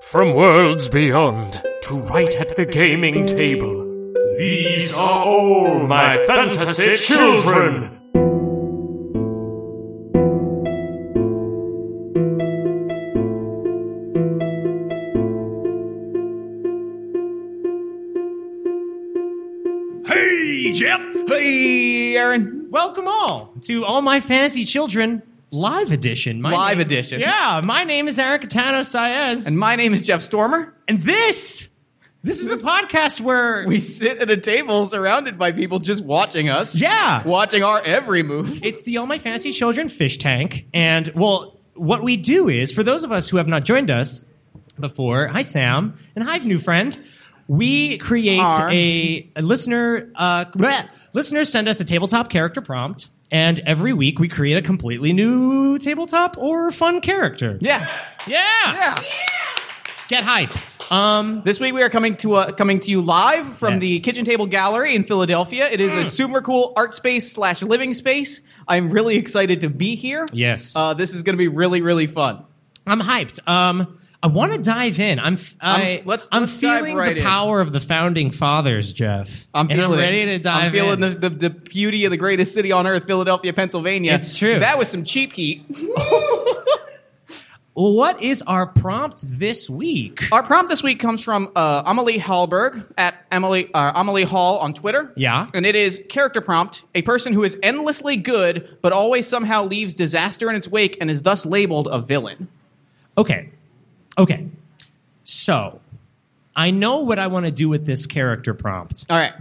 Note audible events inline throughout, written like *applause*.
from worlds beyond to right at the gaming table. These are all my fantasy children. Hey, Jeff. Hey, Aaron. Welcome all to All My Fantasy Children Live Edition. My Live name- edition. Yeah, my name is Eric Tano Saez. And And, my name is Jeff Stormer. this, this is a podcast where We sit at a table surrounded by people just watching us. Yeah. Watching our every move. it's the All My Fantasy Children fish tank. And, well, what we do is, for those of us who have not joined us before, hi, Sam. And hi, new friend. We create Are. a, a listener, uh, bleh. listeners send us a tabletop character prompt. And every week we create a completely new tabletop or fun character. Yeah. Yeah. Yeah. Get hype. Um, This week we are coming to uh, coming to you live from Yes. the Kitchen Table Gallery in Philadelphia. It is a super cool art space slash living space. I'm really excited to be here. Yes. Uh, this is going to be really really fun. I'm hyped. Um, I want to dive in. I'm. f- I, I'm- let's- I'm let's dive feeling right the in. power of the founding fathers, Jeff. I'm and feeling I'm it. ready to dive. I'm feeling in. The, the the beauty of the greatest city on earth, Philadelphia, Pennsylvania. It's true. That was some cheap heat. *laughs* Well, what is our prompt this week? Our prompt this week comes from uh, Amelie Hallberg at Emily uh, Amelie Hall on Twitter. Yeah. and it is character prompt: a person who is endlessly good but always somehow leaves disaster in its wake and is thus labeled a villain. Okay. Okay. So, I know what I want to do with this character prompt All right,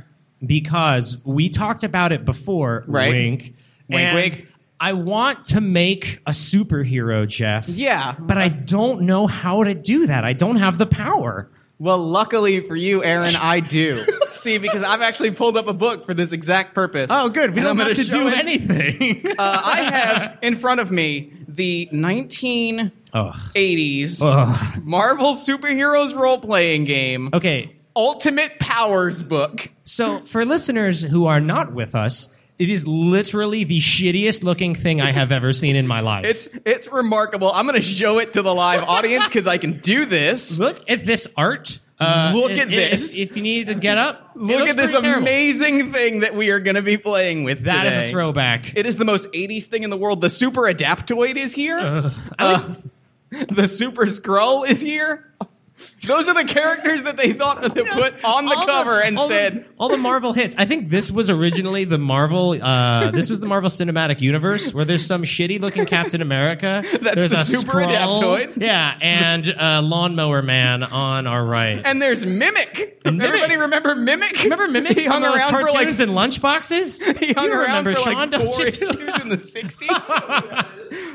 because we talked about it before. Right. Wink. Wink, And wink. I want to make a superhero, Jeff. yeah. but I don't know how to do that. I don't have the power. Well, luckily for you, Aaron, I do. See, because I've actually pulled up a book for this exact purpose. Oh, And I'm gonna show it. anything. Uh, I have in front of me the 1980s *laughs* Ugh. Oh. Ugh. Marvel superheroes role playing game. Okay, Ultimate Powers book. so for listeners who are not with us, it is literally the shittiest looking thing I have ever seen in my life. It's it's remarkable. I'm going to show it to the *laughs* live audience because I can do this. look at this art. Uh, Look i- at i- this. If, if you need to get up, it Look looks at this pretty terrible. amazing thing that we are going to be playing with That is today. a throwback. It is the most 80s thing in the world. The Super Adaptoid is here. Uh, *laughs* the Super Skrull is here. Those are the characters that they thought that they put on the All cover and all the- said, all the Marvel hits. I think this was originally the Marvel. Uh, this was the Marvel Cinematic Universe where there's some shitty looking Captain America. *laughs* That's there's the a Super Skrull. Adaptoid. Yeah, and uh, Lawnmower Man on our right. and there's Mimic. Mimic. Everybody remember Mimic? Remember Mimic? He hung from those around for like cartoons and lunchboxes. *laughs* He hung you around remember for Sean, like don't four *laughs* you? issues in the 60s.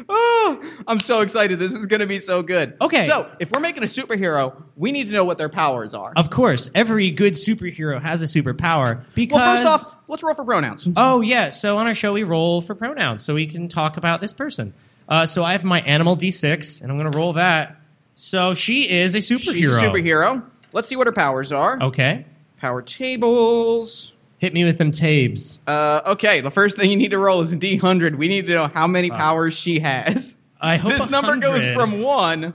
*laughs* oh, I'm so excited. This is going to be so good. Okay. So, if we're making a superhero, we need to know what their powers are. Of course, every good superhero has a superpower because. well, first off, let's roll for pronouns. Oh yeah. So on our show, we roll for pronouns, so we can talk about this person. Uh, so I have my animal D6, and I'm going to roll that. So she is a superhero. She's a superhero. Let's see what her powers are. Okay. Power tables. Hit me with them tabs. Uh, okay, the first thing you need to roll is D100. We need to know how many powers she *laughs* has. I hope This number goes 100. from 1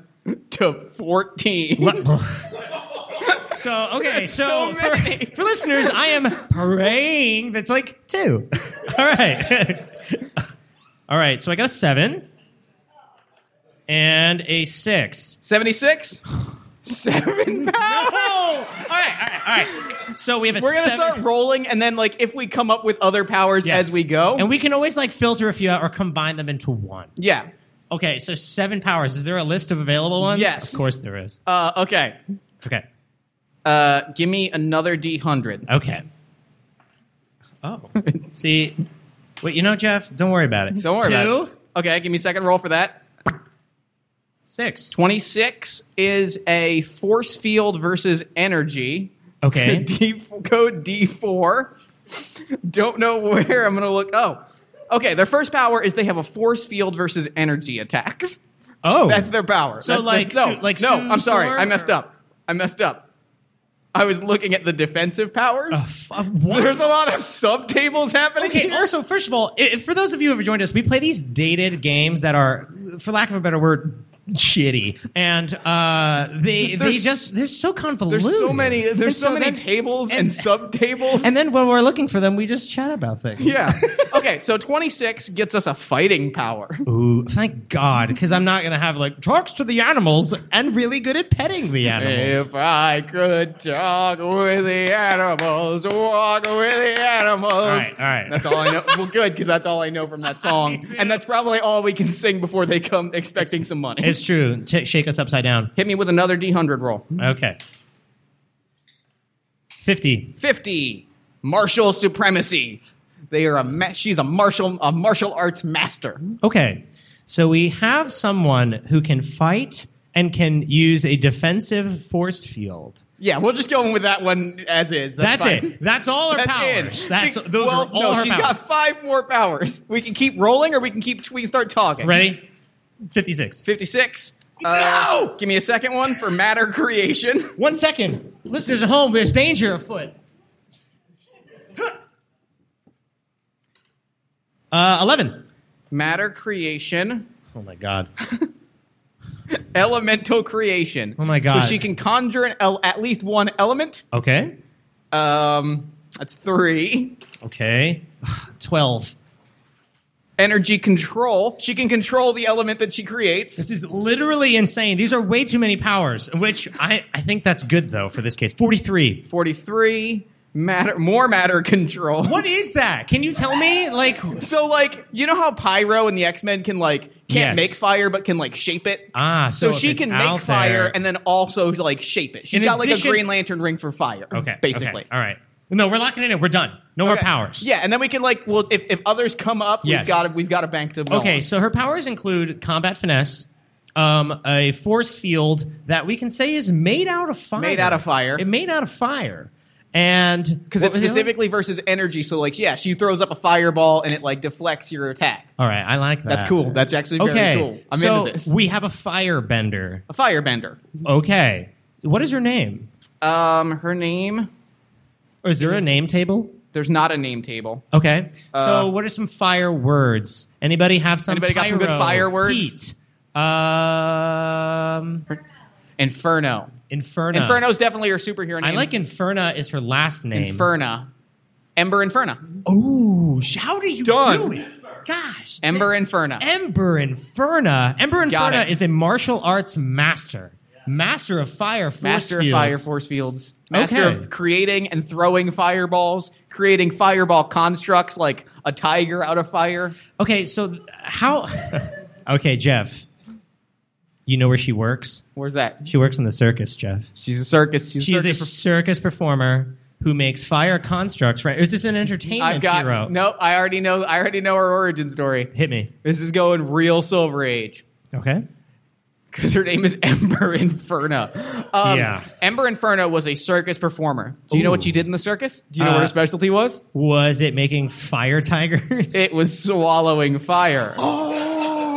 to 14. *laughs* So okay. That's so So, for, many. for listeners, I am praying that's like two. *laughs* All right. *laughs* All right. So I got a seven and a six. *laughs* 76? 7 powers. Oh! All right. All right. All right. So we have a. We're gonna seven- start rolling, and then like if we come up with other powers Yes. as we go, And we can always like filter a few out or combine them into one. yeah. Okay, so seven powers. Is there a list of available ones? Yes. Of course there is. Uh, okay. Okay. Uh, give me another D hundred. Okay. Oh. *laughs* See, wait, you know, Jeff, don't worry about it. Don't worry Two, about it. Okay, give me a second roll for that. Six. Twenty six is a force field versus energy. Okay. *laughs* D code D four. Don't know where I'm gonna look. Oh, okay. Their first power is they have a force field versus energy attacks. Oh. That's their power. So That's their- like no, Su- like no. Sue I'm sorry. Storm I messed or- up. I messed up. I was looking at the defensive powers. Uh, what? There's a lot of sub tables happening. *laughs* Okay, here. also, first of all, i for those of you who have joined us, we play these dated games that are, for lack of a better word, shitty, and uh, they they There's- just they're so convoluted. There's so many. There's And so, many then- tables and, and- sub tables. And then when we're looking for them, we just chat about *laughs* things. yeah. okay, so 26 gets us a fighting power. Ooh, thank God, because I'm not gonna have like talks to the animals and really good at petting the animals. If I could talk with the animals, walk with the animals. All right, all right. That's all I know. well, good, because that's all I know *laughs* from that song. and that's probably all we can sing before they come expecting some money. It's true. T- shake us upside down. Hit me with another D100 roll. Okay. Fifty. 50. Martial supremacy. They are a ma- she's a martial a martial arts master. Okay. So we have someone who can fight and can use a defensive force field. Yeah, we'll just go in with that one as is. That's, fine. it. That's all her That's powers. it. That's She- those well, are all no, her she's powers. got five more powers. We can keep rolling, or we can keep we can start talking. Ready? Fifty-six. Fifty-six. Uh, Give me a second one for matter creation. One second, listeners at home. There's danger afoot. Uh, Eleven. Matter creation. Oh my god. Elemental creation. Oh my God. So she can conjure an el- at least one element. Okay. Um, that's three. Okay. *sighs* Twelve. Energy control. She can control the element that she creates. This is literally insane. These are way too many powers, which I, I think that's good though for this case. Forty-three. Forty-three. Matter. More matter control. What is that? Can you tell me? Like, So like, you know how Pyro and the X Men can like can't Yes. make fire but can like shape it. ah, so, so she can make fire and then also like shape it. She's In got like a addition- Green Lantern ring for fire. okay, basically. okay, all right. No, we're locking it in. We're done. No more Okay. powers. Yeah, and then we can like, well, if, if others come up, Yes. we've got to we've got to bank to. roll Okay, on. so her powers include combat finesse, um, a force field that we can say is made out of fire. Made out of fire. It made out of fire, and because what it's was the other one? specifically versus energy. So like, yeah, she throws up a fireball and it like deflects your attack. All right, I like that. That's cool. That's actually very Ah. okay. cool. I'm so into this. we have a firebender. a firebender. Okay, what is her name? Um, her name. Or is there a name table? There's not a name table. Okay. Uh, so, what are some fire words? Anybody have some? Anybody got some good pyro, fire words? Heat. Um, Her- Inferno. Inferno. Inferno's definitely her superhero I name. like Inferna is her last name. Inferna. Ember Inferna. Ooh, sh- how do you Done. do it? Gosh. Ember Inferna. Ember Inferna. Ember Got Inferna it. is a martial arts master. Master of fire force Master of fields. fire force fields. Master Okay. of creating and throwing fireballs, creating fireball constructs like a tiger out of fire. Okay, so th- how *laughs* Okay, Jeff. You know where she works? Where's that? She works in the circus, Jeff. She's a circus. She's, She's a a circus. perf- circus performer who makes fire constructs. Right? Is this an entertainment I've got hero? no. I already know. I already know her origin story. Hit me. This is going real Silver Age Okay. because her name is *laughs* Ember Inferna. Um, Yeah. Ember Inferna was a circus performer. Do you know what Ooh. she did in the circus? Do you know what Uh, her specialty was? Was it making fire tigers? It was swallowing *gasps* fire. Oh!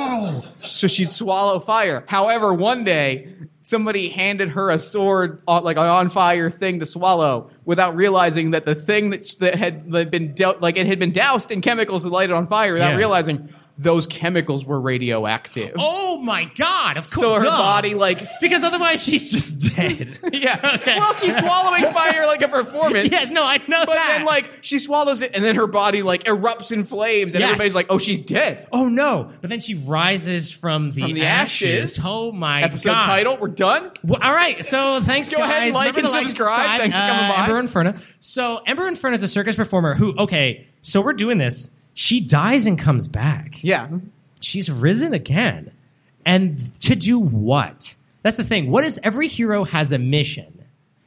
Oh! So she'd swallow fire. However, one day, somebody handed her a sword, on, like an on fire thing to swallow, without realizing that the thing that, sh- that had that had been dealt, like it had been doused in chemicals that lighted on fire, without Yeah. realizing those chemicals were radioactive. *laughs* oh my god! Of course. so her duh. body, like, Because otherwise *laughs* she's just dead. yeah. Okay. Well, she's swallowing fire like a performance. yes. No, I know But that. then, like, she swallows it, and then her body like erupts in flames, and Yes. everybody's like, "Oh, she's dead." oh no! But then she rises from the, From the ashes. Oh my Episode god! title, we're done. Well, all right, so thanks Go guys. ahead, like, Remember and to subscribe. Thanks for coming by. Uh, Ember Inferno. So Ember Inferno is a circus performer who, okay, so we're doing this. She dies and comes back. Yeah. she's risen again. And to do what? That's the thing. What is every hero has a mission.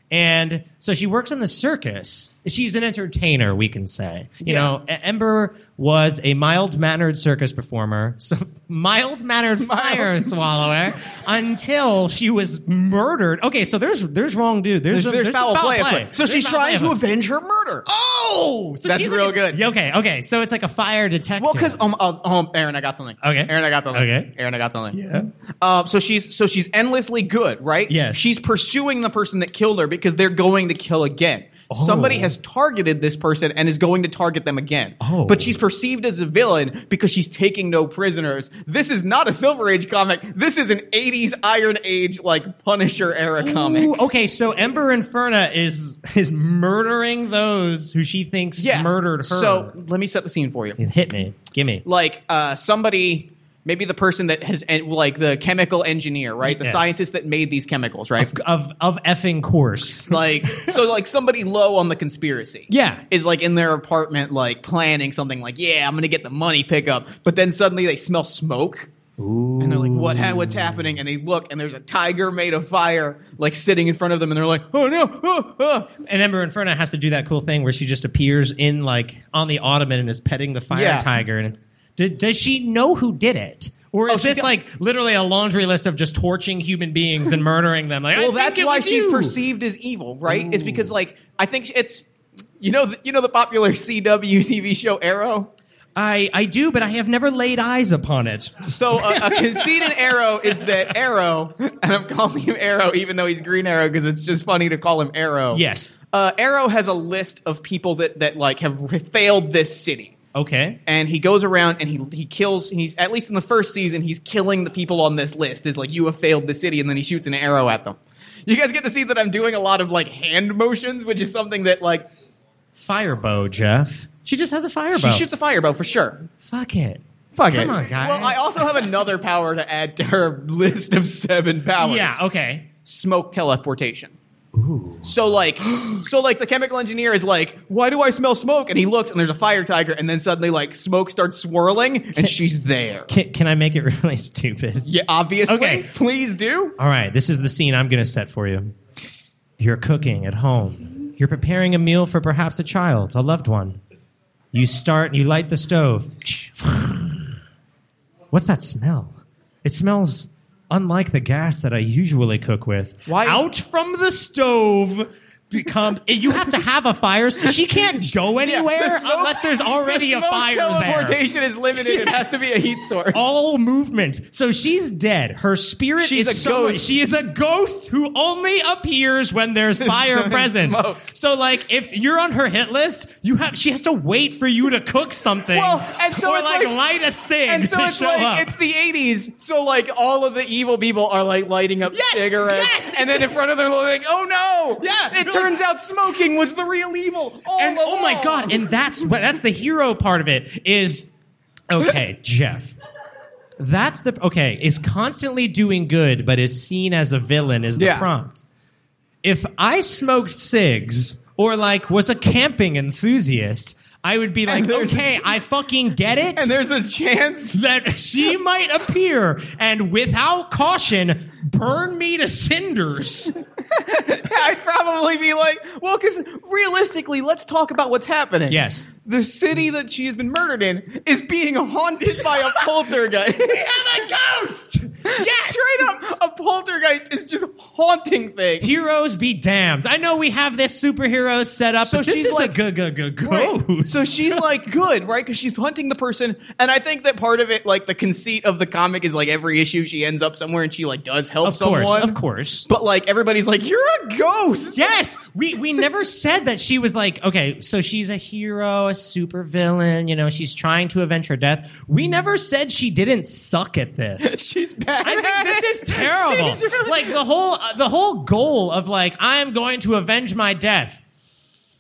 And so she works in the circus. She's an entertainer, we can say. You Yeah. know, E- Ember was a mild mannered circus performer, *laughs* so mild mannered fire swallower until she was murdered. Okay, so there's there's wrong dude. There's, There's, a- there's, foul, play. at play. So There's she's foul play trying at to play. avenge her murder. Oh, so That's she's real like a- good. Yeah, Okay, okay. So it's like a fire detective. Well, because um, uh, um, Aaron, I got something. Okay. Aaron, I got something. Okay. Aaron, I got something. yeah. Uh, so she's so she's endlessly good, right? Yes. She's pursuing the person that killed her because they're going to kill again. Somebody has targeted this person and is going to target them again. Oh. But she's perceived as a villain because she's taking no prisoners. This is not a Silver Age comic. This is an 80s Iron Age, like Punisher era comic. Ooh, okay, so Ember Inferna is is murdering those who she thinks yeah. murdered her. So let me set the scene for you. hit me, give me. like uh, somebody maybe the person that has en- like the chemical engineer right the Yes. scientist that made these chemicals right of of effing course. like so like somebody low on the conspiracy Yeah. is like in their apartment like planning something like yeah i'm gonna get the money pickup but then suddenly they smell smoke and they're like what ha- what's happening and they look and there's a tiger made of fire like sitting in front of them and they're like oh no oh, oh. And Ember Inferna has to do that cool thing where she just appears in like on the ottoman and is petting the fire Yeah. tiger. And it's, did, does she know who did it? Or Oh, is she this don't- like literally a laundry list of just torching human beings and murdering them? Like, I well, think that's it why was she's you. perceived as evil, right? It's because like I think it's you know the, you know the popular *laughs* CW TV show Arrow. I I do, but I have never laid eyes upon it. So uh, a, a conceited Arrow is that Arrow, and I'm calling him Arrow even though he's Green Arrow because it's just funny to call him Arrow. Yes. uh, Arrow has a list of people that that like have re- failed this city. Okay. and he goes around and he he kills. He's at least in the first season, he's killing the people on this list. Is like you have failed the city, and then he shoots an arrow at them. You guys get to see that I'm doing a lot of like hand motions, which is something that like Firebow, Jeff. She just has a firebow. she shoots a firebow for sure. Fuck it. Fuck Come on, guys. Well, I also have another power to add to her list of seven powers. Yeah. Okay. smoke teleportation. So like, *gasps* so like the chemical engineer is like, why do I smell smoke? And he looks, and there's a fire tiger, and then suddenly like smoke starts swirling, and she's there. Can, can I make it *laughs* really stupid? Yeah, obviously. Okay. Please do. All right, this is the scene I'm going to set for you. You're cooking at home. You're preparing a meal for perhaps a child, a loved one. You start, you light the stove. *sighs* What's that smell? It smells unlike the gas that I usually cook with. Why is- Out from the stove become you have to have a fire she can't go anywhere the smoke- unless there's already the a smoke fire there. Teleportation is limited. It has to be a heat source. all movement. So she's dead. Her spirit She's is a somewhere- ghost. She is a ghost who only appears *laughs* when there's fire and present. smoke. So like if you're on her hit list, you have she has to wait for you to cook something. Well, and so or it's like, like- light a cig and so to it's show like up. it's the '80s, so like all of the evil people are like lighting up Yes, cigarettes, yes. and then in front of them, they're like, "Oh no!" Yeah. it turns out smoking was the real evil. all and oh my along. god, and that's what that's the hero part of it is okay, Jeff. That's the okay, is constantly doing good but is seen as a villain is the Yeah. prompt. If I smoked cigs or like was a camping enthusiast, I would be like, there's a- okay, I fucking get it. and there's a chance. *laughs* that she might appear and without caution burn me to cinders. I'd probably be like, well, because realistically, let's talk about what's happening. Yes. The city that she has been murdered in is being haunted by a *laughs* poltergeist. I'm a ghost. Yes. Straight up, a poltergeist is just haunting things. Heroes be damned. I know we have this superhero set up, So but this she's is like- a g- g- g- Right. ghost. So *laughs* she's like good, right? Because she's hunting the person, and I think that part of it, like the conceit of the comic, is like every issue she ends up somewhere and she like does help of someone. course, of course. But like everybody's like, you're a ghost. Yes, we we never said that she was like okay, so she's a hero, a supervillain. You know, she's trying to avenge her death. We never said she didn't suck *laughs* at this. She's bad. I think this is *laughs* terrible. She's really- like the whole uh, the whole goal of like I'm going to avenge my death.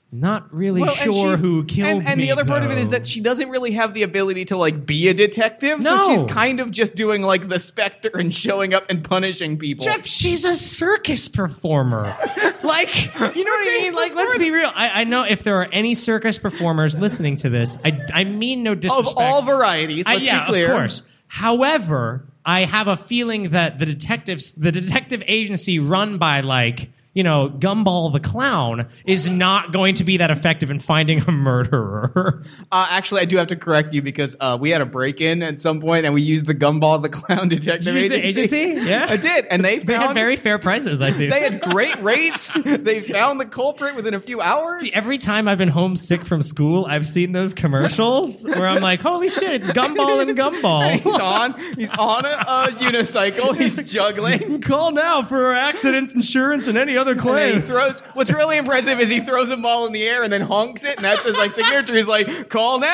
Not really Well, and sure she's- who killed and, and me. the other part of it is though. that she doesn't really have the ability to like be a detective No. so she's kind of just doing like the specter and showing up and punishing people Jeff, she's a circus performer. Like, you know what I Days mean? Like, let's be real. I, I know if there are any circus performers listening to this, I, I mean no of disrespect. all varieties I- let's Uh, yeah, be clear of course. However, I have a feeling that the detectives, the detective agency run by like you know Gumball the clown, is not going to be that effective in finding a murderer. *laughs* Uh, actually, I do have to correct you because uh, we had a break in at some point and we used the Gumball the Clown *laughs* Detective You used the Agency. agency? Yeah. I did, and they *laughs* They found had very fair prices. I see. they had great *laughs* rates. they found the culprit within a few hours. See, every time I've been homesick from school, I've seen those commercials where I'm like, "Holy shit, it's Gumball *laughs* and he's Gumball." on he's *laughs* on a, a unicycle. He's juggling. Call now for accidents insurance and any other And then he claims. throws. What's really impressive is he throws them all in the air and then honks it, and that's his like signature. He's like, "Call now!"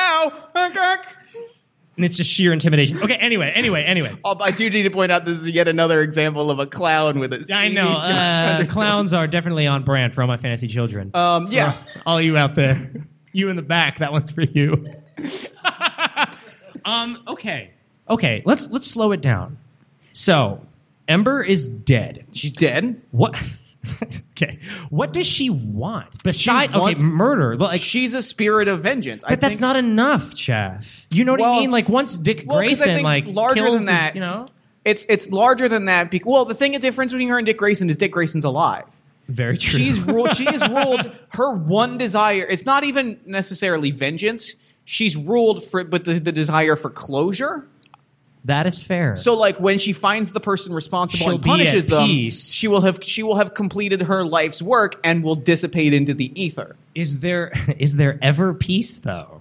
Honk, honk. and it's just sheer intimidation. Okay, anyway, anyway, anyway. Oh, but I do need to point out this is yet another example of a clown with a. I know seedy uh, undertone. clowns are definitely on brand for all my fantasy children. Um, yeah. For all you out there, you in the back, that one's for you. *laughs* um, okay, okay. Let's let's slow it down. So, Ember is dead. She's dead. What? *laughs* okay. What does she want besides wants- okay murder? Like She's a spirit of vengeance. I But that's think- not enough, Chaff. You know what I Well- mean? Like once Dick Well, 'cause I Grayson, think like larger kills than his- that- you know, It's it's larger than that. Be- well, the thing, the difference between her and Dick Grayson is Dick Grayson's alive. very true. She's ruled. She is ruled. Her one desire. It's not even necessarily vengeance. She's ruled for, but the, the desire for closure. *laughs* that is fair. So, like when she finds the person responsible She'll and be at punishes them, peace. she will have she will have completed her life's work and will dissipate into the ether. is there *laughs* is there ever peace though?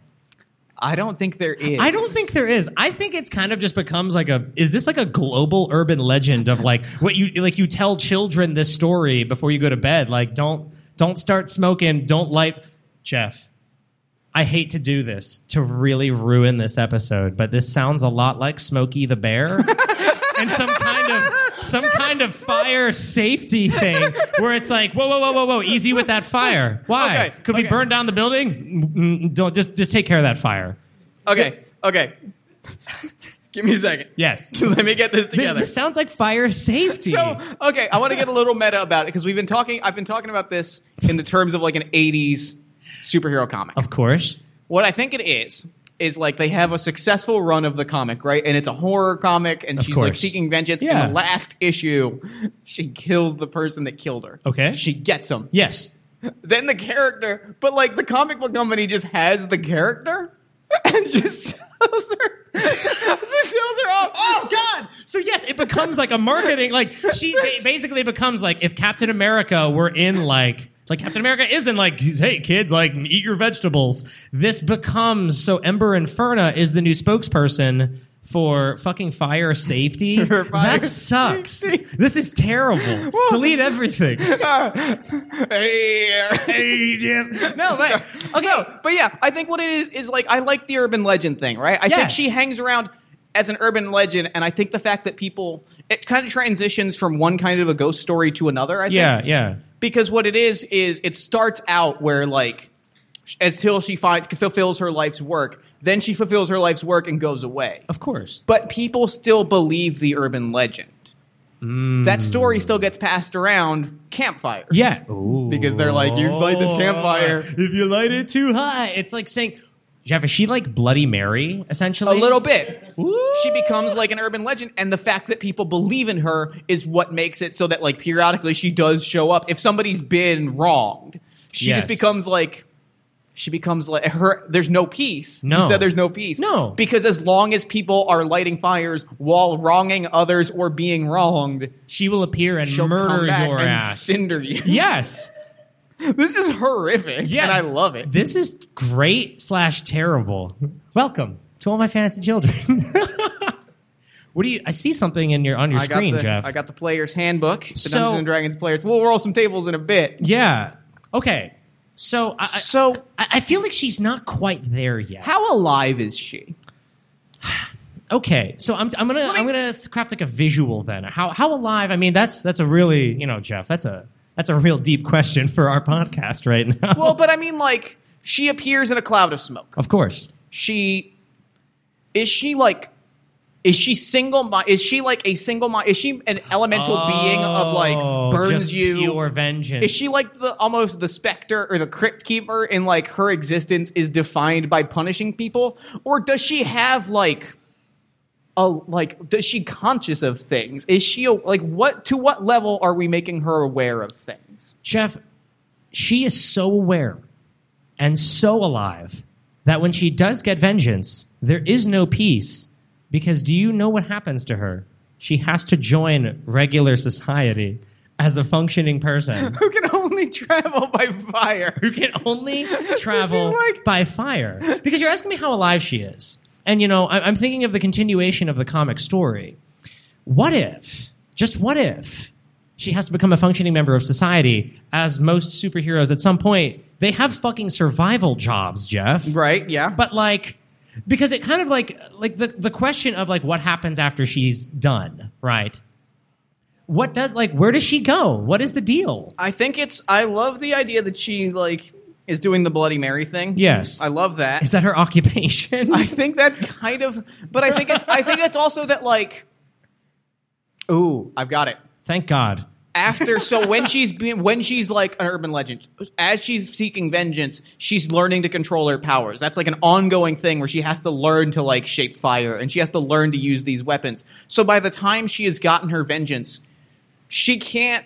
I don't think there is. I don't think there is. I think it's kind of just becomes like a is this like a global urban legend of like what you like you tell children this story before you go to bed like don't don't start smoking, don't light Jeff. I hate to do this to really ruin this episode, but this sounds a lot like Smokey *laughs* the Bear and some kind of some kind of fire safety thing where it's like whoa whoa whoa whoa whoa easy with that fire. Why? Okay, Could we okay. burn down the building? Mm, mm, Don't just just take care of that fire. Okay, okay. *laughs* Give me a second. Yes. *laughs* Let me get this Th- together. This sounds like fire *laughs* safety. So okay, I want to get a little meta about it because we've been talking. I've been talking about this in the terms of like an '80s superhero comic. of course. What I think it is is like they have a successful run of the comic, right? And it's a horror comic, and Of she's like course. seeking vengeance. Yeah. In the last issue, *laughs* she kills the person that killed her. Okay. she gets him. Yes. Then the character, but like the comic book company just has the character *laughs* and just *laughs* sells her. *laughs* she sells her off. Oh God! So yes, it becomes like a marketing. Like *laughs* she ba- basically becomes like if Captain America were in like like Captain America is in like hey kids like eat your vegetables. This becomes so Ember Inferna is the new spokesperson for fucking fire *laughs* safety. For fire that sucks. safety. This is *laughs* terrible. Delete *laughs* everything. hey, Jim. No, *laughs* but okay. No, but yeah, I think what it is is like I like the urban legend thing, right? I think Yes. she hangs around as an urban legend, and I think the fact that people it kind of transitions from one kind of a ghost story to another. I Yeah, think yeah. because what it is is it starts out where like as till she finds fulfills her life's work, then she fulfills her life's work and goes away. Of course. But people still believe the urban legend. That story still gets passed around campfires. Mm. Yeah. Because they're like, "You light this campfire." If you light it too high, it's like saying, Jeff, is she like Bloody Mary, A essentially? little bit. Ooh. She becomes like an urban legend, and the fact that people believe in her is what makes it so that like periodically she does show up. If somebody's been wronged, she Yes. just becomes like she becomes like her. There's no peace. No. you said there's no peace. No. because as long as people are lighting fires while wronging others or being wronged, She will appear and she'll murder come back your and ass. cinder you. *laughs* yes. this is horrific. Yeah. and I love it. This is great slash terrible. Welcome to all my fantasy children. *laughs* what do you I see something in your on your I got screen, the Jeff. I got the player's handbook. The So- Dungeons and Dragons players. We'll roll some tables in a bit. yeah. Okay. So I, I- So- I, I feel like she's not quite there yet. How alive is she? Okay, so I'm, I'm gonna I'm gonna th- craft like a visual then. How how alive? I mean, that's that's a really you know Jeff, that's a that's a real deep question for our podcast right now. Well, but I mean, like, she appears in a cloud of smoke. *laughs* of course, She is she like, is she single? mi- Is she like a single? mi- Is she an elemental being of Oh, like burns just you? pure vengeance. is she like the almost the specter or the crypt keeper? And like her existence is defined by punishing people, or does she have like? A, like does she conscious of things is she a, like what to what level are we making her aware of things Jeff? She is so aware and so alive that when she does get vengeance, there is no peace because do you know what happens to her? She has to join regular society as a functioning person. who can only *laughs* travel by fire who can *laughs* only travel like- by fire. Because you're asking me how alive she is. And, you know, I- I'm thinking of the continuation of the comic story. What if, just what if, she has to become a functioning member of society. As most superheroes, at some point, they have fucking survival jobs, Jeff. Right? Yeah. But like, because it kind of like like the the question of like what happens after she's done, right? What does like where does she go? What is the deal? I think it's. I love the idea that she like is doing the Bloody Mary thing. Yes. I love that. Is that her *laughs* occupation? I think that's kind of. But I think it's. I think it's also that like. Ooh, I've got it. Thank God. After so when she's been, when she's like an urban legend, as she's seeking vengeance, she's learning to control her powers. That's like an ongoing thing where she has to learn to like shape fire and she has to learn to use these weapons. So by the time she has gotten her vengeance, she can't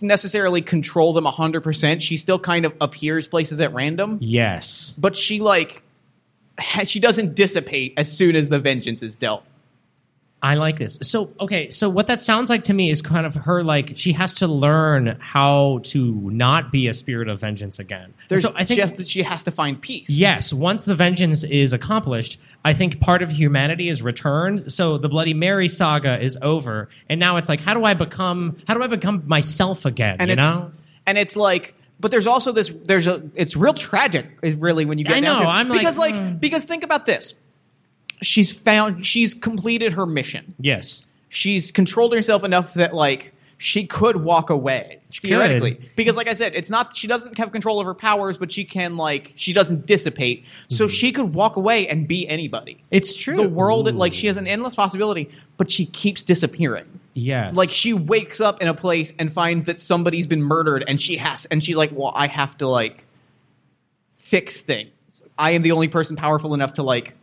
necessarily control them 100%. She still kind of appears places at random, Yes. but she like ha- she doesn't dissipate as soon as the vengeance is dealt. I like this. So okay, so what that sounds like to me is kind of her like she has to learn how to not be a spirit of vengeance again. There's so I think just that she has to find peace. yes, once the vengeance is accomplished, I think part of humanity is returned. So the Bloody Mary saga is over, and now it's like how do I become how do I become myself again? and you it's know. and it's like but there's also this there's a it's real tragic is really when you get I down know, to it. I'm like, because like mm. because think about this she's found she's completed her mission Yes. she's controlled herself enough that like she could walk away She theoretically could. because like i said it's not she doesn't have control of her powers but she can like she doesn't dissipate so Mm-hmm. she could walk away and be anybody It's true. the world like she has an endless possibility but she keeps disappearing Yes. like she wakes up in a place and finds that somebody's been murdered and she has and she's like well i have to like fix things i am the only person powerful enough to like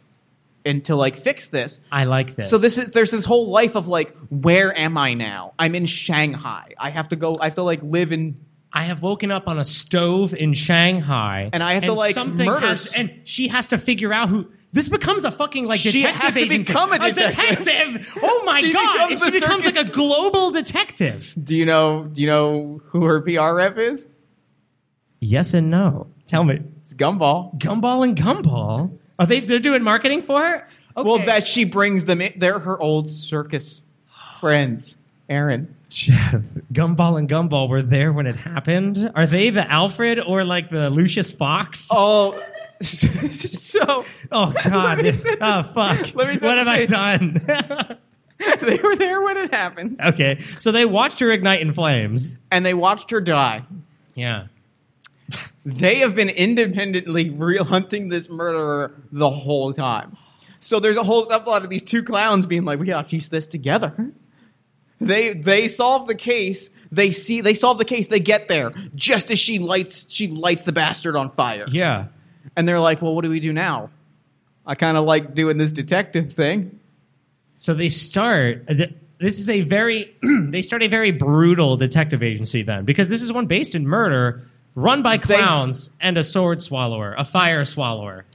and to like fix this I like this. so this is there's this whole life of like where am i now i'm in shanghai i have to go i have to like live in I have woken up on a stove in Shanghai, And I have to, like, something murder has- s- and she has to figure out who. This becomes a fucking like She detective has to agency. become a detective. detective. Oh my She god! becomes and the she becomes circus- like a global detective. do you know do you know who her pr rep is Yes and no. Tell me, it's gumball Gumball and Gumball are they? They're doing marketing for her. Okay. well that she brings them in they're her old circus friends aaron *laughs* Jeff, Gumball and Gumball were there when it happened. Are they the Alfred or like the Lucius Fox? oh *laughs* so *laughs* Oh, God! me this- set oh fuck! let me set the what have I stage. done? *laughs* *laughs* they were there when it happened. Okay, so they watched her ignite in flames. And they watched her die. Yeah. They have been independently real hunting this murderer the whole time. So there's a whole subplot of these two clowns being like, "We gotta piece this together." They they solve the case. They see they solve the case. They get there just as she lights she lights the bastard on fire. Yeah. And they're like, "Well, what do we do now?" I kind of like doing this detective thing. So they start. th- This is a very. *clears throat* they start a very brutal detective agency then, because this is one based in murder, run by clowns and a sword swallower, a fire swallower.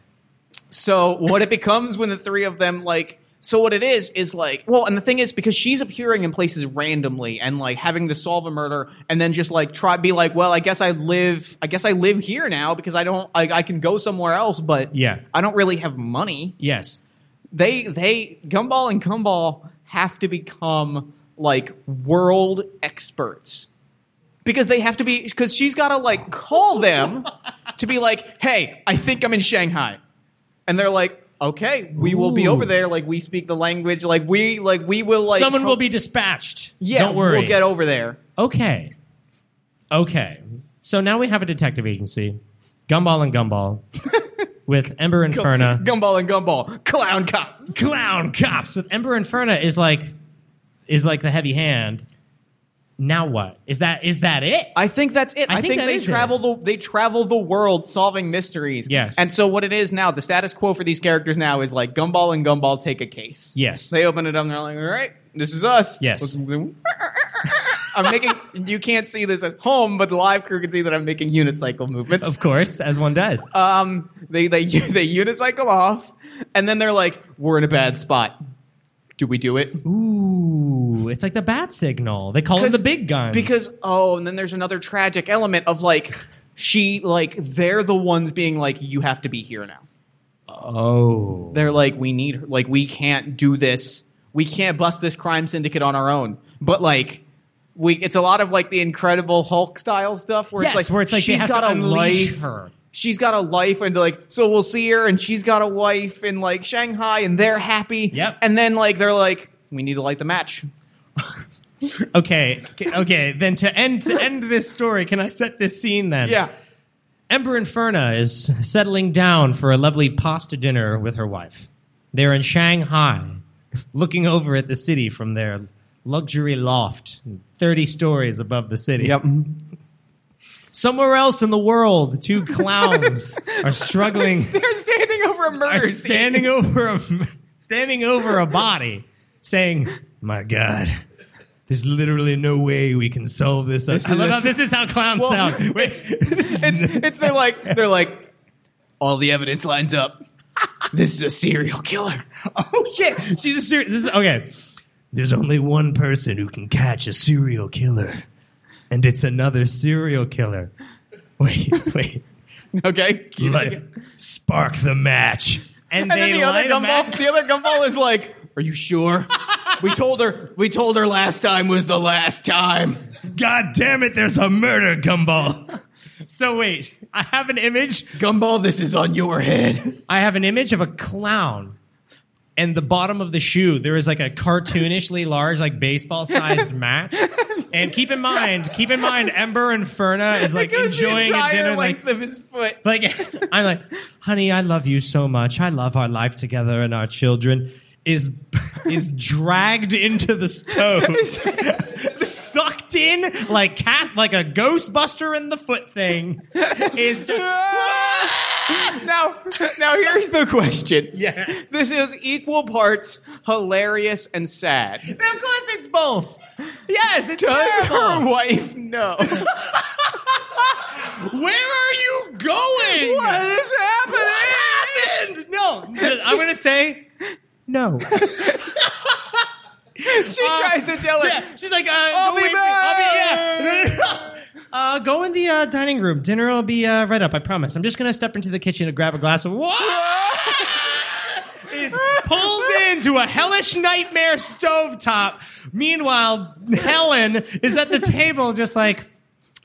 So what it becomes when the three of them like so what it is is like well and the thing is because she's appearing in places randomly and like having to solve a murder and then just like try be like well I guess I live I guess I live here now because I don't I, I can go somewhere else but Yeah. I don't really have money Yes. they they Gumball and Gumball have to become like world experts because they have to be because she's got to like call them to be like, hey, I think I'm in Shanghai, and they're like, okay, we will be Ooh. over there. Like we speak the language. Like we like we will like Someone will help- be dispatched. yeah. Don't worry. we'll get over there. okay. Okay. So now we have a detective agency, Gumball and Gumball, *laughs* with Ember Inferna. Gumball and Gumball, clown cop. clown cops with Ember Inferna is like is like the heavy hand. Now what? Is that is that it? I think that's it. I I, think think, that they is travel the they travel the world solving mysteries. Yes. And so what it is now, the status quo for these characters now is like Gumball and Gumball take a case. Yes. They open it up and they're like, all right, this is us. Yes. Let's- I'm making you can't see this at home, but the live crew can see that I'm making unicycle movements. of course, as one does. Um they they *laughs* they unicycle off and then they're like, we're in a bad spot. Do we do it? Ooh, it's like the bat signal. They call them the Because- big guns. Because oh, and then there's another tragic element of like she like they're the ones being like you have to be here now. oh, They're like we need her. Like we can't do this. We can't bust this crime syndicate on our own. But like we it's a lot of like the Incredible Hulk style stuff where yes, it's like where it's like she's they have got to a unleash life her. she's got a life and like so we'll see her and she's got a wife in like Shanghai and they're happy. Yep. And then like they're like we need to light the match. Okay, okay. Then to end to end this story, can I set this scene then? *laughs* Yeah. Ember Inferna is settling down for a lovely pasta dinner with her wife. They're in Shanghai, looking over at the city from their luxury loft, 30 stories above the city. Somewhere else in the world, two clowns are *laughs* struggling, They're standing over a are murder scene. standing over a, standing over a body, saying, My God. There's literally no way we can solve this. I love how this is how clowns Well, sound. *laughs* It's it's they're like they're like all the evidence lines up. This is a serial killer. *laughs* Oh shit! She's a serial. This is, okay. There's only one person who can catch a serial killer, and it's another serial killer. Wait, *laughs* wait. Okay. Keep Let- it. spark the match. And then the other gumball, the other gumball is like, "Are you sure? we told her. We told her last time was the last time." God damn it! There's a murder, Gumball. *laughs* So wait, I have an image. Gumball, this is on your head. I have an image of a clown. And the bottom of the shoe, there is like a cartoonishly large, like *laughs* baseball sized match. And keep in mind, keep in mind, Ember Inferna is like It goes enjoying the a entire dinner. Like, length of his foot. like *laughs* I'm like, honey, I love you so much. I love our life together and our children. Is is dragged into *laughs* the stove, *laughs* sucked in like cast like a Ghostbuster in the foot thing. *laughs* Is just now, now here's the question. Yes. This is equal parts hilarious and sad. Of course, it's both. Yes, it's Does her *laughs* terrible. wife know Where are you going? what is happening? happened? No, I'm gonna say *laughs* no. She tries to tell her. Yeah, she's like, uh, Uh, I'll go be wait for- I'll be- yeah. uh, go in the uh, dining room. Dinner will be uh, right up. I promise. I'm just gonna step into the kitchen and grab a glass of. What? Is pulled into a hellish nightmare stovetop. Meanwhile, Helen is at the table, just like.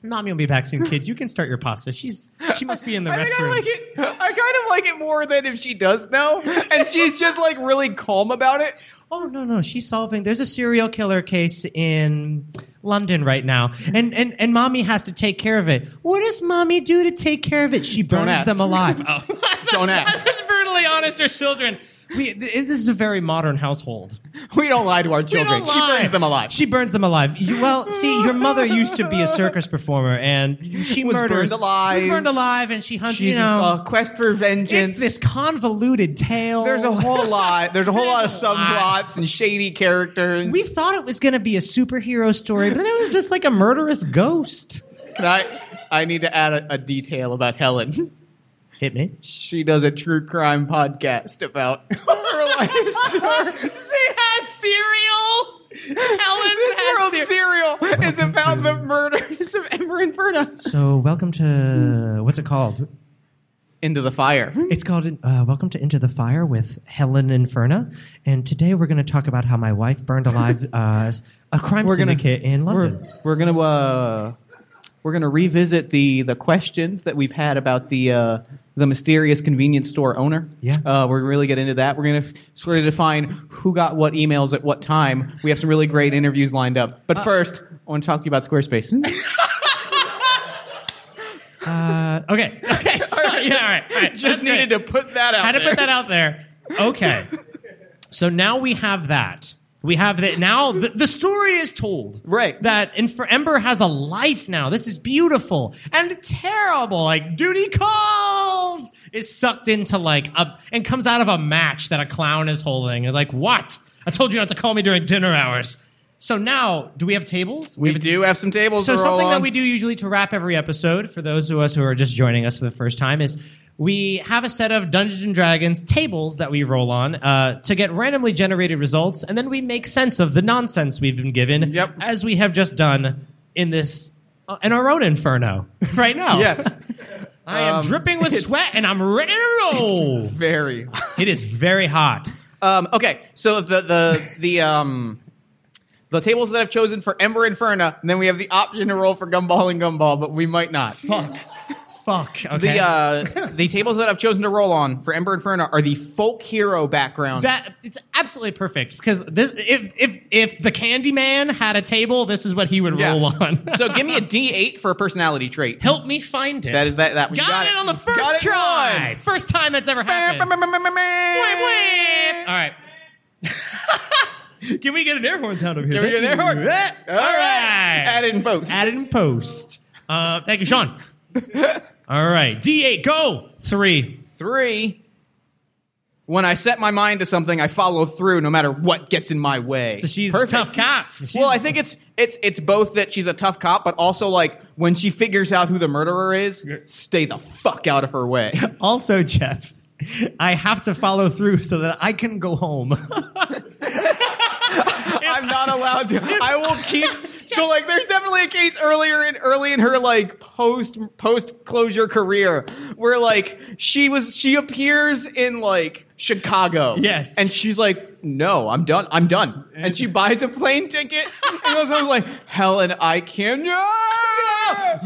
Mommy will be back soon, kids. You can start your pasta. She's she must be in the I think I restroom. like it. I kind of like it more than if she does know, and she's just like really calm about it. Oh no no, she's solving. There's a serial killer case in London right now, and and and mommy has to take care of it. What does mommy do to take care of it? She burns ask. *laughs* them alive. *laughs* Oh. Don't ask. That's brutally honest. Her children. We, th- this is a very modern household. We don't lie to our We children. don't She lie. burns them alive. She burns them alive. You, well, see, your mother used to be a circus performer, and she Was murders. burned alive. Was burned alive, and she hunts. She's you know, a quest for vengeance. it's this convoluted tale. There's a *laughs* whole lot. There's a whole lot of There's a lot. subplots and shady characters. We thought it was going to be a superhero story, but then it was just like a murderous ghost. Can I? I need to add a, a detail about Helen. Hit me. She does a true crime podcast about *laughs* her life story. She has cereal. Helen This has world serial *laughs* is about the murders of Ember Inferno. So, welcome to what's it called? Into the fire. It's called uh, "Welcome to Into the Fire" with Helen Inferna, and today we're going to talk about how my wife burned alive uh, a crime We're gonna- syndicate in London. We're, we're gonna uh, we're gonna revisit the the questions that we've had about the uh, the mysterious convenience store owner. Yeah. uh, we're gonna really get into that. We're gonna f- sort of define who got what emails at what time. We have some really great interviews lined up. But first, I want to talk to you about Squarespace. *laughs* Uh, okay, *laughs* *laughs* okay, sorry. yeah, all right, all right. Just needed to put that out. Had to there. put that out there. Okay, so now we have that. We have that now. The, the story is told, Right. That and for Ember has a life now. This is beautiful and terrible. Like duty calls is sucked into like a and comes out of a match that a clown is holding. It's like what? I told you not to call me during dinner hours. So now, do we have tables? We do have some tables. to So roll something that on. we do usually to wrap every episode for those of us who are just joining us for the first time is we have a set of Dungeons and Dragons tables that we roll on uh, to get randomly generated results, and then we make sense of the nonsense we've been given, Yep. as we have just done in this uh, in our own inferno *laughs* right now. yes, I am Um, dripping with it's- sweat and I'm ready to *laughs* roll. very. It is very hot. Um, okay, so the the the um, the tables that I've chosen for Ember Inferna, and then we have the option to roll for Gumball and Gumball, but we might not. Fuck. *laughs* Fuck. Okay. The uh, the tables that I've chosen to roll on for Ember Inferna are the folk hero background. that it's absolutely perfect because this if if if the Candyman had a table, this is what he would Yeah. *laughs* roll on. *laughs* so give me a D8 for a personality trait. *laughs* Help me find it. That is that. That we Got, it. on the first Got it try. one. First time that's ever happened. Whip, whip. All right. *laughs* Can we get an air horn sound over here? Can we Thank get an air horn? you. Yeah. All right. Add it in post. Add it in post. Uh, thank *laughs* you, Sean. All right. D8, go. Three. Three. When I set my mind to something, I follow through no matter what gets in my way. So she's Perfect. a tough cop. She's- well, I think it's it's it's both that she's a tough cop, but also like when she figures out who the murderer is, stay the fuck out of her way. *laughs* Also, Jeff, I have to follow through so that I can go home. *laughs* I'm not allowed to. I *laughs* will keep. So like, there's definitely a case earlier in early in her like post post closure career where like she was she appears in like Chicago. Yes. and she's like, no, I'm done. I'm done. And she buys a plane ticket and goes home like, Helen, I can. No!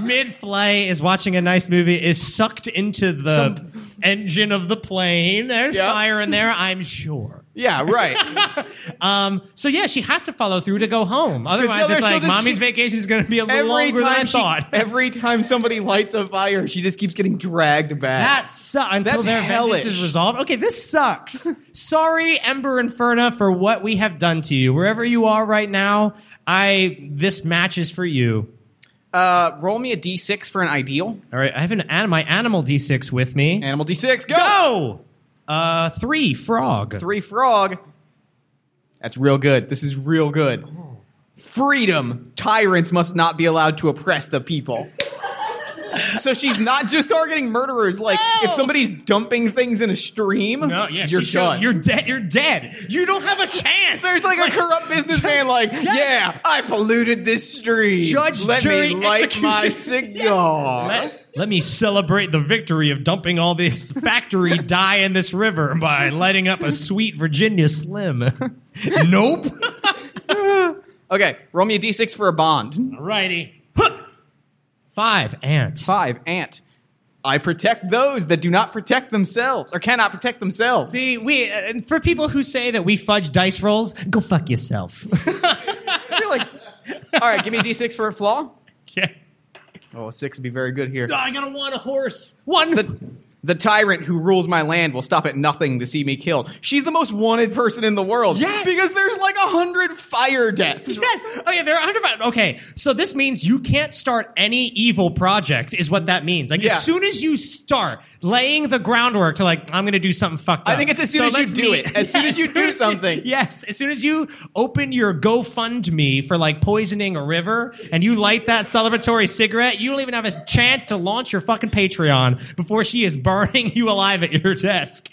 Mid flight is watching a nice movie, is sucked into the. engine of the plane. There's Yeah. fire in there, I'm sure. Yeah, right. *laughs* Um, so yeah, she has to follow through to go home. Otherwise, otherwise it's she'll like just mommy's keep- vacation is going to be a little every longer than I time she, thought. *laughs* *laughs* every time somebody lights a fire, she just keeps getting dragged back. That sucks. Until That's their hellish. vengeance is resolved. Okay, this sucks. Sorry, Ember Inferna, for what we have done to you. Wherever you are right now, I this match is for you. uh, roll me a d6 for an ideal. All right, I have an an- my animal d6 with me. Animal d6, go! Go. Uh, three frog. Three frog. That's real good. This is real good. Freedom. Tyrants must not be allowed to oppress the people. so she's not just targeting murderers. Like if somebody's dumping things in a stream, No, yeah, you're she showed- done. You're dead. You're dead. You don't have a chance. There's like, a corrupt businessman. Like, yeah, I polluted this stream. Judge, let jury, me light my execution." *laughs* cigar. Let, let me celebrate the victory of dumping all this *laughs* factory dye in this river by lighting up a sweet Virginia Slim. *laughs* nope. Okay, roll me a d6 for a bond. Alrighty. Five ant. Five, ant. I protect those that do not protect themselves or cannot protect themselves. See, we uh, and for people who say that we fudge dice rolls, go fuck *laughs* yourself. You're like, all right, give me a d6 for a flaw. okay. Oh, a six would be very good here. I gotta want a horse. One. The, the tyrant who rules my land will stop at nothing to see me killed. She's the most wanted person in the world. Yes! Because there's like a hundred fire deaths. Yes. Oh, Okay, there are 105. Okay, so this means you can't start any evil project, is what that means. Like, Yeah. as soon as you start laying the groundwork to, like, I'm going to do something fucked up. I think it's as soon So as you let's do meet- it. As soon as you do *laughs* something. Yes, as soon as you open your GoFundMe for, like, poisoning a river and you light that celebratory cigarette, you don't even have a chance to launch your fucking Patreon before she is burning *laughs* you alive at your desk.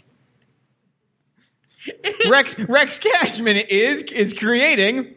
Rex Rex Cashman is is creating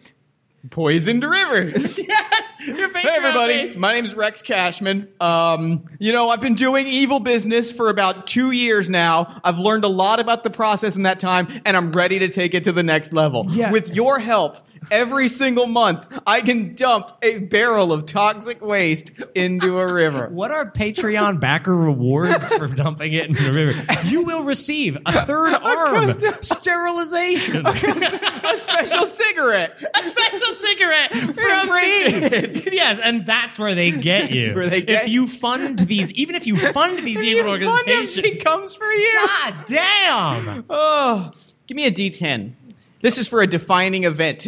poisoned *laughs* rivers. Yes! Your Patreon Hey everybody, page. my name's Rex Cashman. Um, you know, I've been doing evil business for about two years now. I've learned a lot about the process in that time, and I'm ready to take it to the next level. Yeah. With your help, every single month, I can dump a barrel of toxic waste into a *laughs* river. What are Patreon backer rewards *laughs* for dumping it in the river? You will receive a third arm *laughs* sterilization, a special cigarette. *laughs* a special cigarette from me. Printed. Yes, and that's where they get you. where they get if you. you fund these, even if you fund these You evil fund him, She organizations, comes for you. god damn! Oh, give me a D10. This is for a defining event.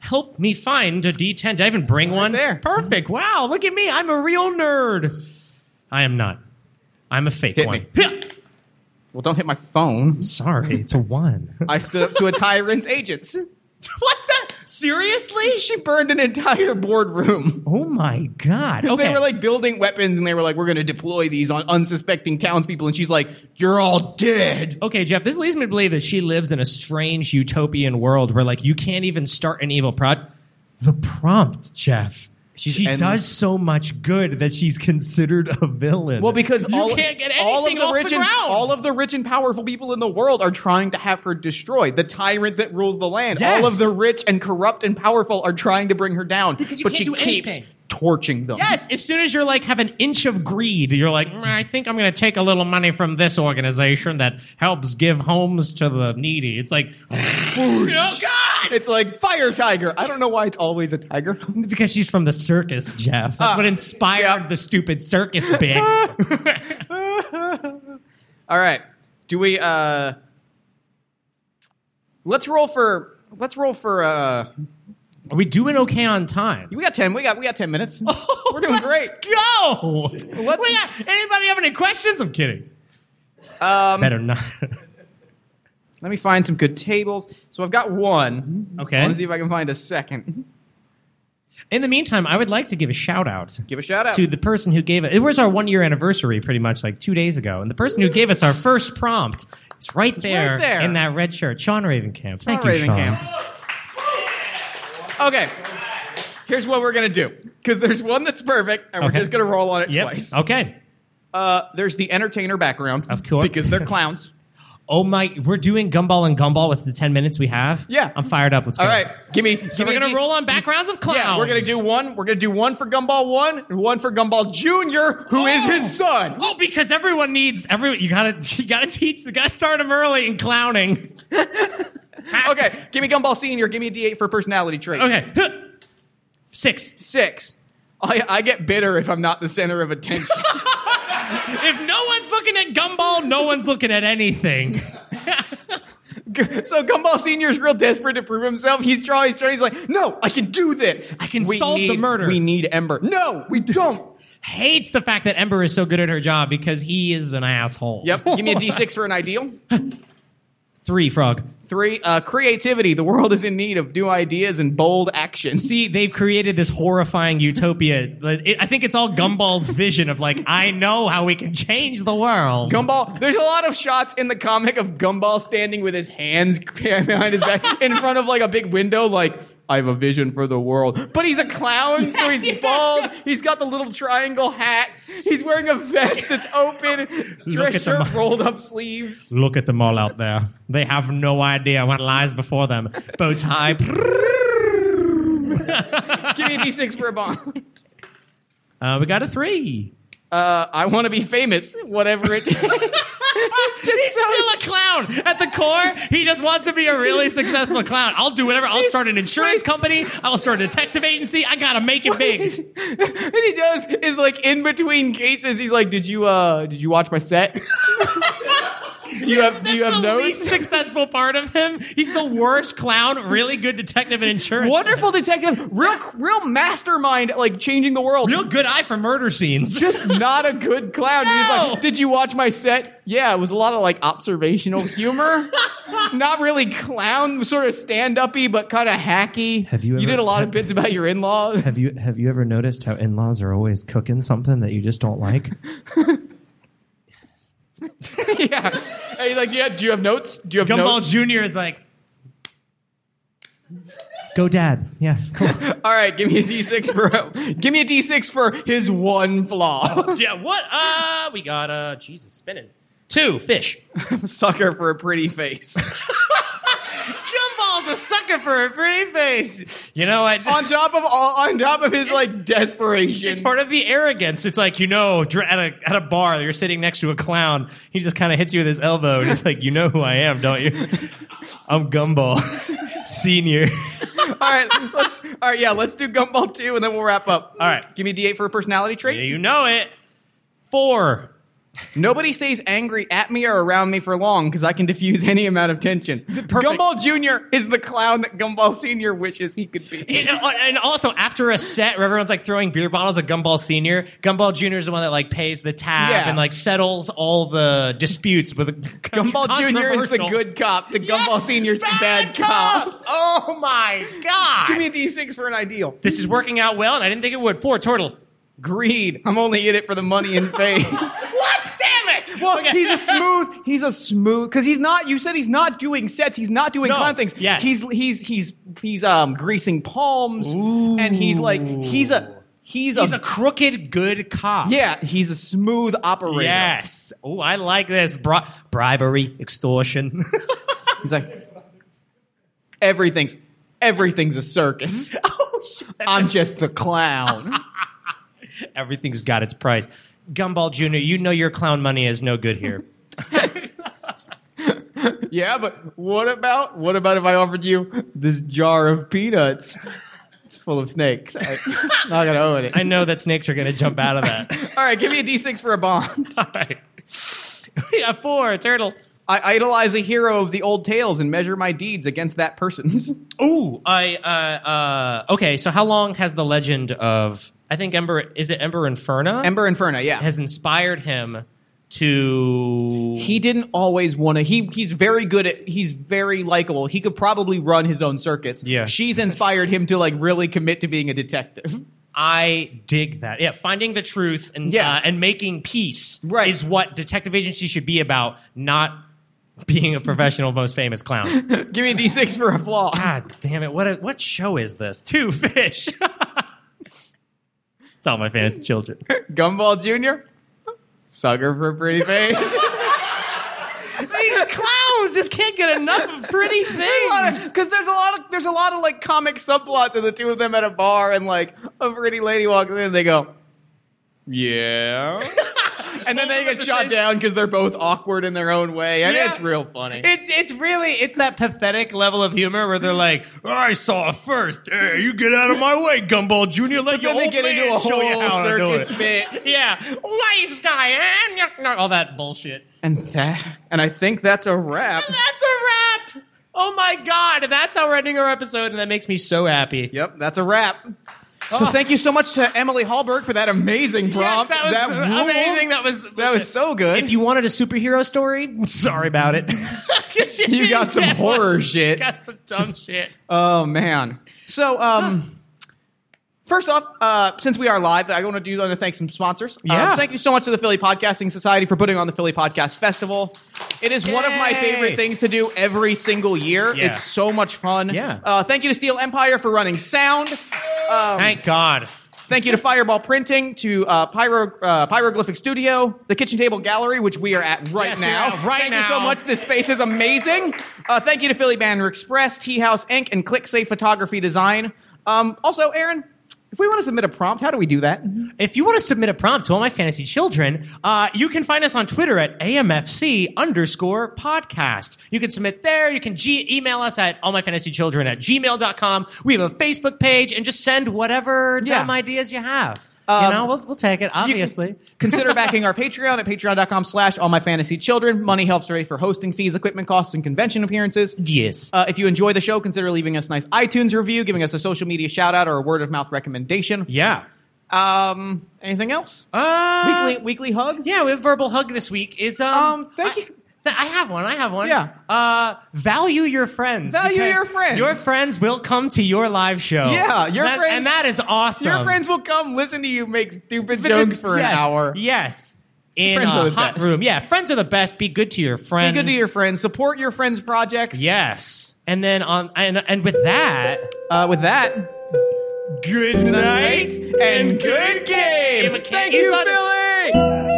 Help me find a D10. Did I even bring one? there. perfect. Wow, look at me. I'm a real nerd. I am not. I'm a fake Hit one. Well, don't hit my phone. Sorry, it's a one. *laughs* I stood up to a tyrant's agents. what the? Seriously? She burned an entire boardroom. Oh my god. Okay. They were like building weapons and they were like, we're going to deploy these on unsuspecting townspeople. And she's like, you're all dead. okay, Jeff, this leads me to believe that she lives in a strange utopian world where like you can't even start an evil prod. The prompt, Jeff. She's she endless. does so much good that she's considered a villain. Well, because You all, can't get all of anything the off rich the and ground. all of the rich and powerful people in the world are trying to have her destroyed. The tyrant that rules the land. All of Yes. the rich and corrupt and powerful are trying to bring her down, Because you but can't she do keeps anything. torching them. Yes, as soon as you're like have an inch of greed, you're like, "Mm, I think I'm going to take a little money from this organization that helps give homes to the needy. It's like, *laughs* oh God, It's like fire tiger. I don't know why it's always a tiger. because she's from the circus, Jeff. Ah, that's what inspired the stupid circus *laughs* bit. All right. Do we uh Let's roll for let's roll for uh Are we doing okay on time? we got 10. We got we got 10 *laughs* minutes. Oh, We're doing great. Let's go. Let's- Well, yeah, anybody have any questions? I'm kidding. Um Better not. let me find some good tables. So I've got one. I *laughs* Okay. want to see if I can find a second. In the meantime, I would like to give a shout out Give a shout out. to the person who gave it. It was our one year anniversary, pretty much like two days ago, and the person who gave us our first prompt is right there, right there. in that red shirt, Sean Ravenkamp. Thank Sean you, Sean. Ravenkamp. Okay. Here's what we're going to do cuz there's one that's perfect and Okay. we're just going to roll on it Yep. twice. Okay. Uh there's the entertainer background. Of course. Because they're clowns. Oh my, we're doing Gumball and Gumball with the ten minutes we have. Yeah. I'm fired up. Let's All go. right. Give me So give me we're a gonna D- roll on backgrounds of clowns. Yeah, we're gonna do one. We're gonna do one for Gumball One and one for Gumball Junior, who is his son. Oh, because everyone needs everyone. You gotta, *laughs* you gotta teach. You gotta start them early *laughs* in clowning. Okay, give me Gumball Senior. Give me a D eight for personality trait. Okay. Six. six. I, I get bitter if I'm not the center of attention. *laughs* If no one's looking at Gumball, no one's looking at anything. so Gumball Senior's real desperate to prove himself. He's drawing straight. He's like, no, I can do this. I can solve the need- murder." We need Ember. No, we don't. Hates the fact that Ember is so good at her job because he is an asshole. *laughs* yep. Give me a D six for an ideal. *laughs* Three, Frog. Three. Uh, creativity. The world is in need of new ideas and bold action. See, they've created this horrifying utopia. Like, it- I think it's all Gumball's vision of like, I know how we can change the world. Gumball. There's a lot of shots in the comic of Gumball standing with his hands *laughs* behind his back in front of like a big window, like I have a vision for the world. But he's a clown, so he's *laughs* bald. He's got the little triangle hat. He's wearing a vest that's open, *laughs* Look dress at the shirt, mo- rolled up sleeves. Look at them all out there. They have no idea what lies before them. Bow tie. Give me a D6 for a bomb. Uh, we got a three. Uh, I want to be famous, whatever it *laughs* takes. It's just so- Still a clown at the core. He just wants to be a really successful clown. I'll do whatever. I'll start an insurance company. I'll start a detective agency. I gotta make it big. and he does is like in between cases. He's like, "Did you uh, did you watch my set? *laughs* do you have do you have the notes? least *laughs* successful part of him. He's the worst clown. Really good detective and *laughs* insurance. Wonderful detective, real real mastermind, at, like changing the world. Real good eye for murder scenes. Just not a good clown. He's No! like, "Did you watch my set? Yeah, it was a lot of like observational *laughs* humor, not really clown, sort of stand uppy, but kind of hacky. Have you you ever- did a lot of have- bits about your in laws? Have you have you ever noticed how in laws are always cooking something that you just don't like? *laughs* yeah, and he's like, "Yeah, do you have notes? Do you have Gumball notes? Junior is like, Go, Dad. Yeah, cool. All right, give me a d6 for give me a d6 for his one *laughs* flaw. *laughs* yeah, what? Uh, we got uh, Jesus spinning. Two fish. Sucker for a pretty face. Gumball's a sucker for a *laughs* pretty face. You know what? on top of all, on top of his like desperation. It's *laughs* part of the arrogance. It's like you know, dr- at a at a bar, you're sitting next to a clown. He just kind of hits you with his elbow, and it's like, you know who I am, don't you? *laughs* I'm Gumball *laughs* Senior. all right, let's. All right, yeah, let's do Gumball two, and then we'll wrap up. All right. give me a d8 for a personality trait. you know it. Four. Nobody stays angry at me or around me for long because I can diffuse any amount of tension. Gumball Junior is the clown that Gumball Senior wishes he could be. *laughs* You know, and also after a set where everyone's like throwing beer bottles at Gumball Senior, Gumball Junior is the one that like pays the tab Yeah. and like settles all the disputes *laughs* with Gumball Junior is the controversial- good cop to Gumball Senior's bad cop. Oh my god! Give me a d6 for an ideal. this is working out well, and I didn't think it would. Four turtle. Greed. I'm only in it for the money and *laughs* fame. What? Damn it! well, he's a smooth. He's a smooth because he's not. You said he's not doing sets. He's not doing No, con things. yes. He's he's he's he's um greasing palms and he's like he's a He's, He's a crooked good cop. yeah. He's a smooth operator. Yes. Oh, I like this. Bri- bribery, extortion. *laughs* *laughs* He's like everything's everything's a *laughs* circus. oh, shit. I'm just the *laughs* clown. Everything's got its price. Gumball Jr., you know your clown money is no good here. yeah, but what about what about if I offered you this jar of peanuts? It's full of snakes. I, *laughs* am not gonna own it. I know that snakes are going to jump out of that. *laughs* All right, give me a D6 for a bond. All *laughs* right. yeah, four, turtle. I idolize a hero of the old tales and measure my deeds against that person's. *laughs* Ooh, I uh, uh, okay. So, how long has the legend of I think Ember is it Ember Inferna Ember Inferno, yeah. has inspired him to he didn't always want to. He he's very good at. He's very likable. He could probably run his own circus. Yeah. she's inspired him to like really commit to being a detective. *laughs* I dig that. Yeah, finding the truth and Yeah. uh, and making peace Right. is what detective agency should be about, not being a professional most famous clown. Give me a d6 for a flaw. God damn it! What a, what show is this? Two fish. *laughs* it's all my fantasy children. Gumball Junior, sucker for a pretty face. These clowns just can't get enough of *laughs* pretty things. Because there's a lot of there's a lot of like comic subplots of the two of them at a bar and like a pretty lady walks in and they go, *laughs* yeah. And then they Both get of them shot at the same- down because they're both awkward in their own way, and Yeah. it's real funny. It's it's really it's that pathetic level of humor where they're like, I saw it first. Hey, you get out of my way, Gumball Junior. *laughs* Let your then they old get man into a show you whole how to do circus it." bit. Yeah, wise guy, and yuck, yuck, all that bullshit. And that, and I think that's a wrap. That's a wrap. Oh my god, that's how we're ending our episode, and that makes me so happy. Yep, that's a wrap. So thank you so much to Emily Hallberg for that amazing Ah. Yes, prompt. that was ruled. amazing. That was That was so good. If you wanted a superhero story, sorry about *laughs* it. You got some *laughs* Yeah, horror shit. Got some dumb *laughs* shit. Oh man. So um First off, uh, since we are live, I want to do want to thank some sponsors. Um, Yeah. thank you so much to the Philly Podcasting Society for putting on the Philly Podcast Festival. It is one of my Yay. favorite things to do every single year. Yeah. It's so much fun. Yeah. Uh, thank you to Steel Empire for running sound. Oh, Thank God. Thank you to Fireball Printing, to uh, Pyro, uh, Pyroglyphic Studio, the Kitchen Table Gallery, which we are at right Yes, we now. are right thank you so now. much. This space is amazing. Uh, thank you to Philly Banner Express, Tea House Inc., and ClickSafe Photography Design. Um, also, Aaron, if we want to submit a prompt, how do we do that? If you want to submit a prompt to all my fantasy children, uh, you can find us on Twitter at AMFC underscore podcast. You can submit there. You can g- email us at allmyfantasychildren at gmail.com. We have a Facebook page and just send whatever Yeah. dumb ideas you have. you Um, know, we'll, we'll take it, obviously. *laughs* Consider backing our Patreon at patreon.com slash all my fantasy children. Money helps pay for hosting fees, equipment costs, and convention appearances. yes. Uh, if you enjoy the show, consider leaving us a nice iTunes review, giving us a social media shout out or a word of mouth recommendation. yeah. Um, anything else? Uh, weekly weekly hug. Yeah, we have verbal hug this week. Is um, Um, thank I, you. th- I have one. I have one. Yeah. Uh, value your friends. Value because your friends. Your friends will come to your live show. Yeah, your That- friends- and that is awesome. Your friends will come listen to you make stupid But then- jokes for yes, an hour. Yes. In Friends are the a hot best. room. Yeah, friends are the best. Be good to your Be friends. good to your friends. Support your friends' projects. Yes. And then on and and with that, Uh, with that, good night and good game. But can't Thank you you, son of- Philly.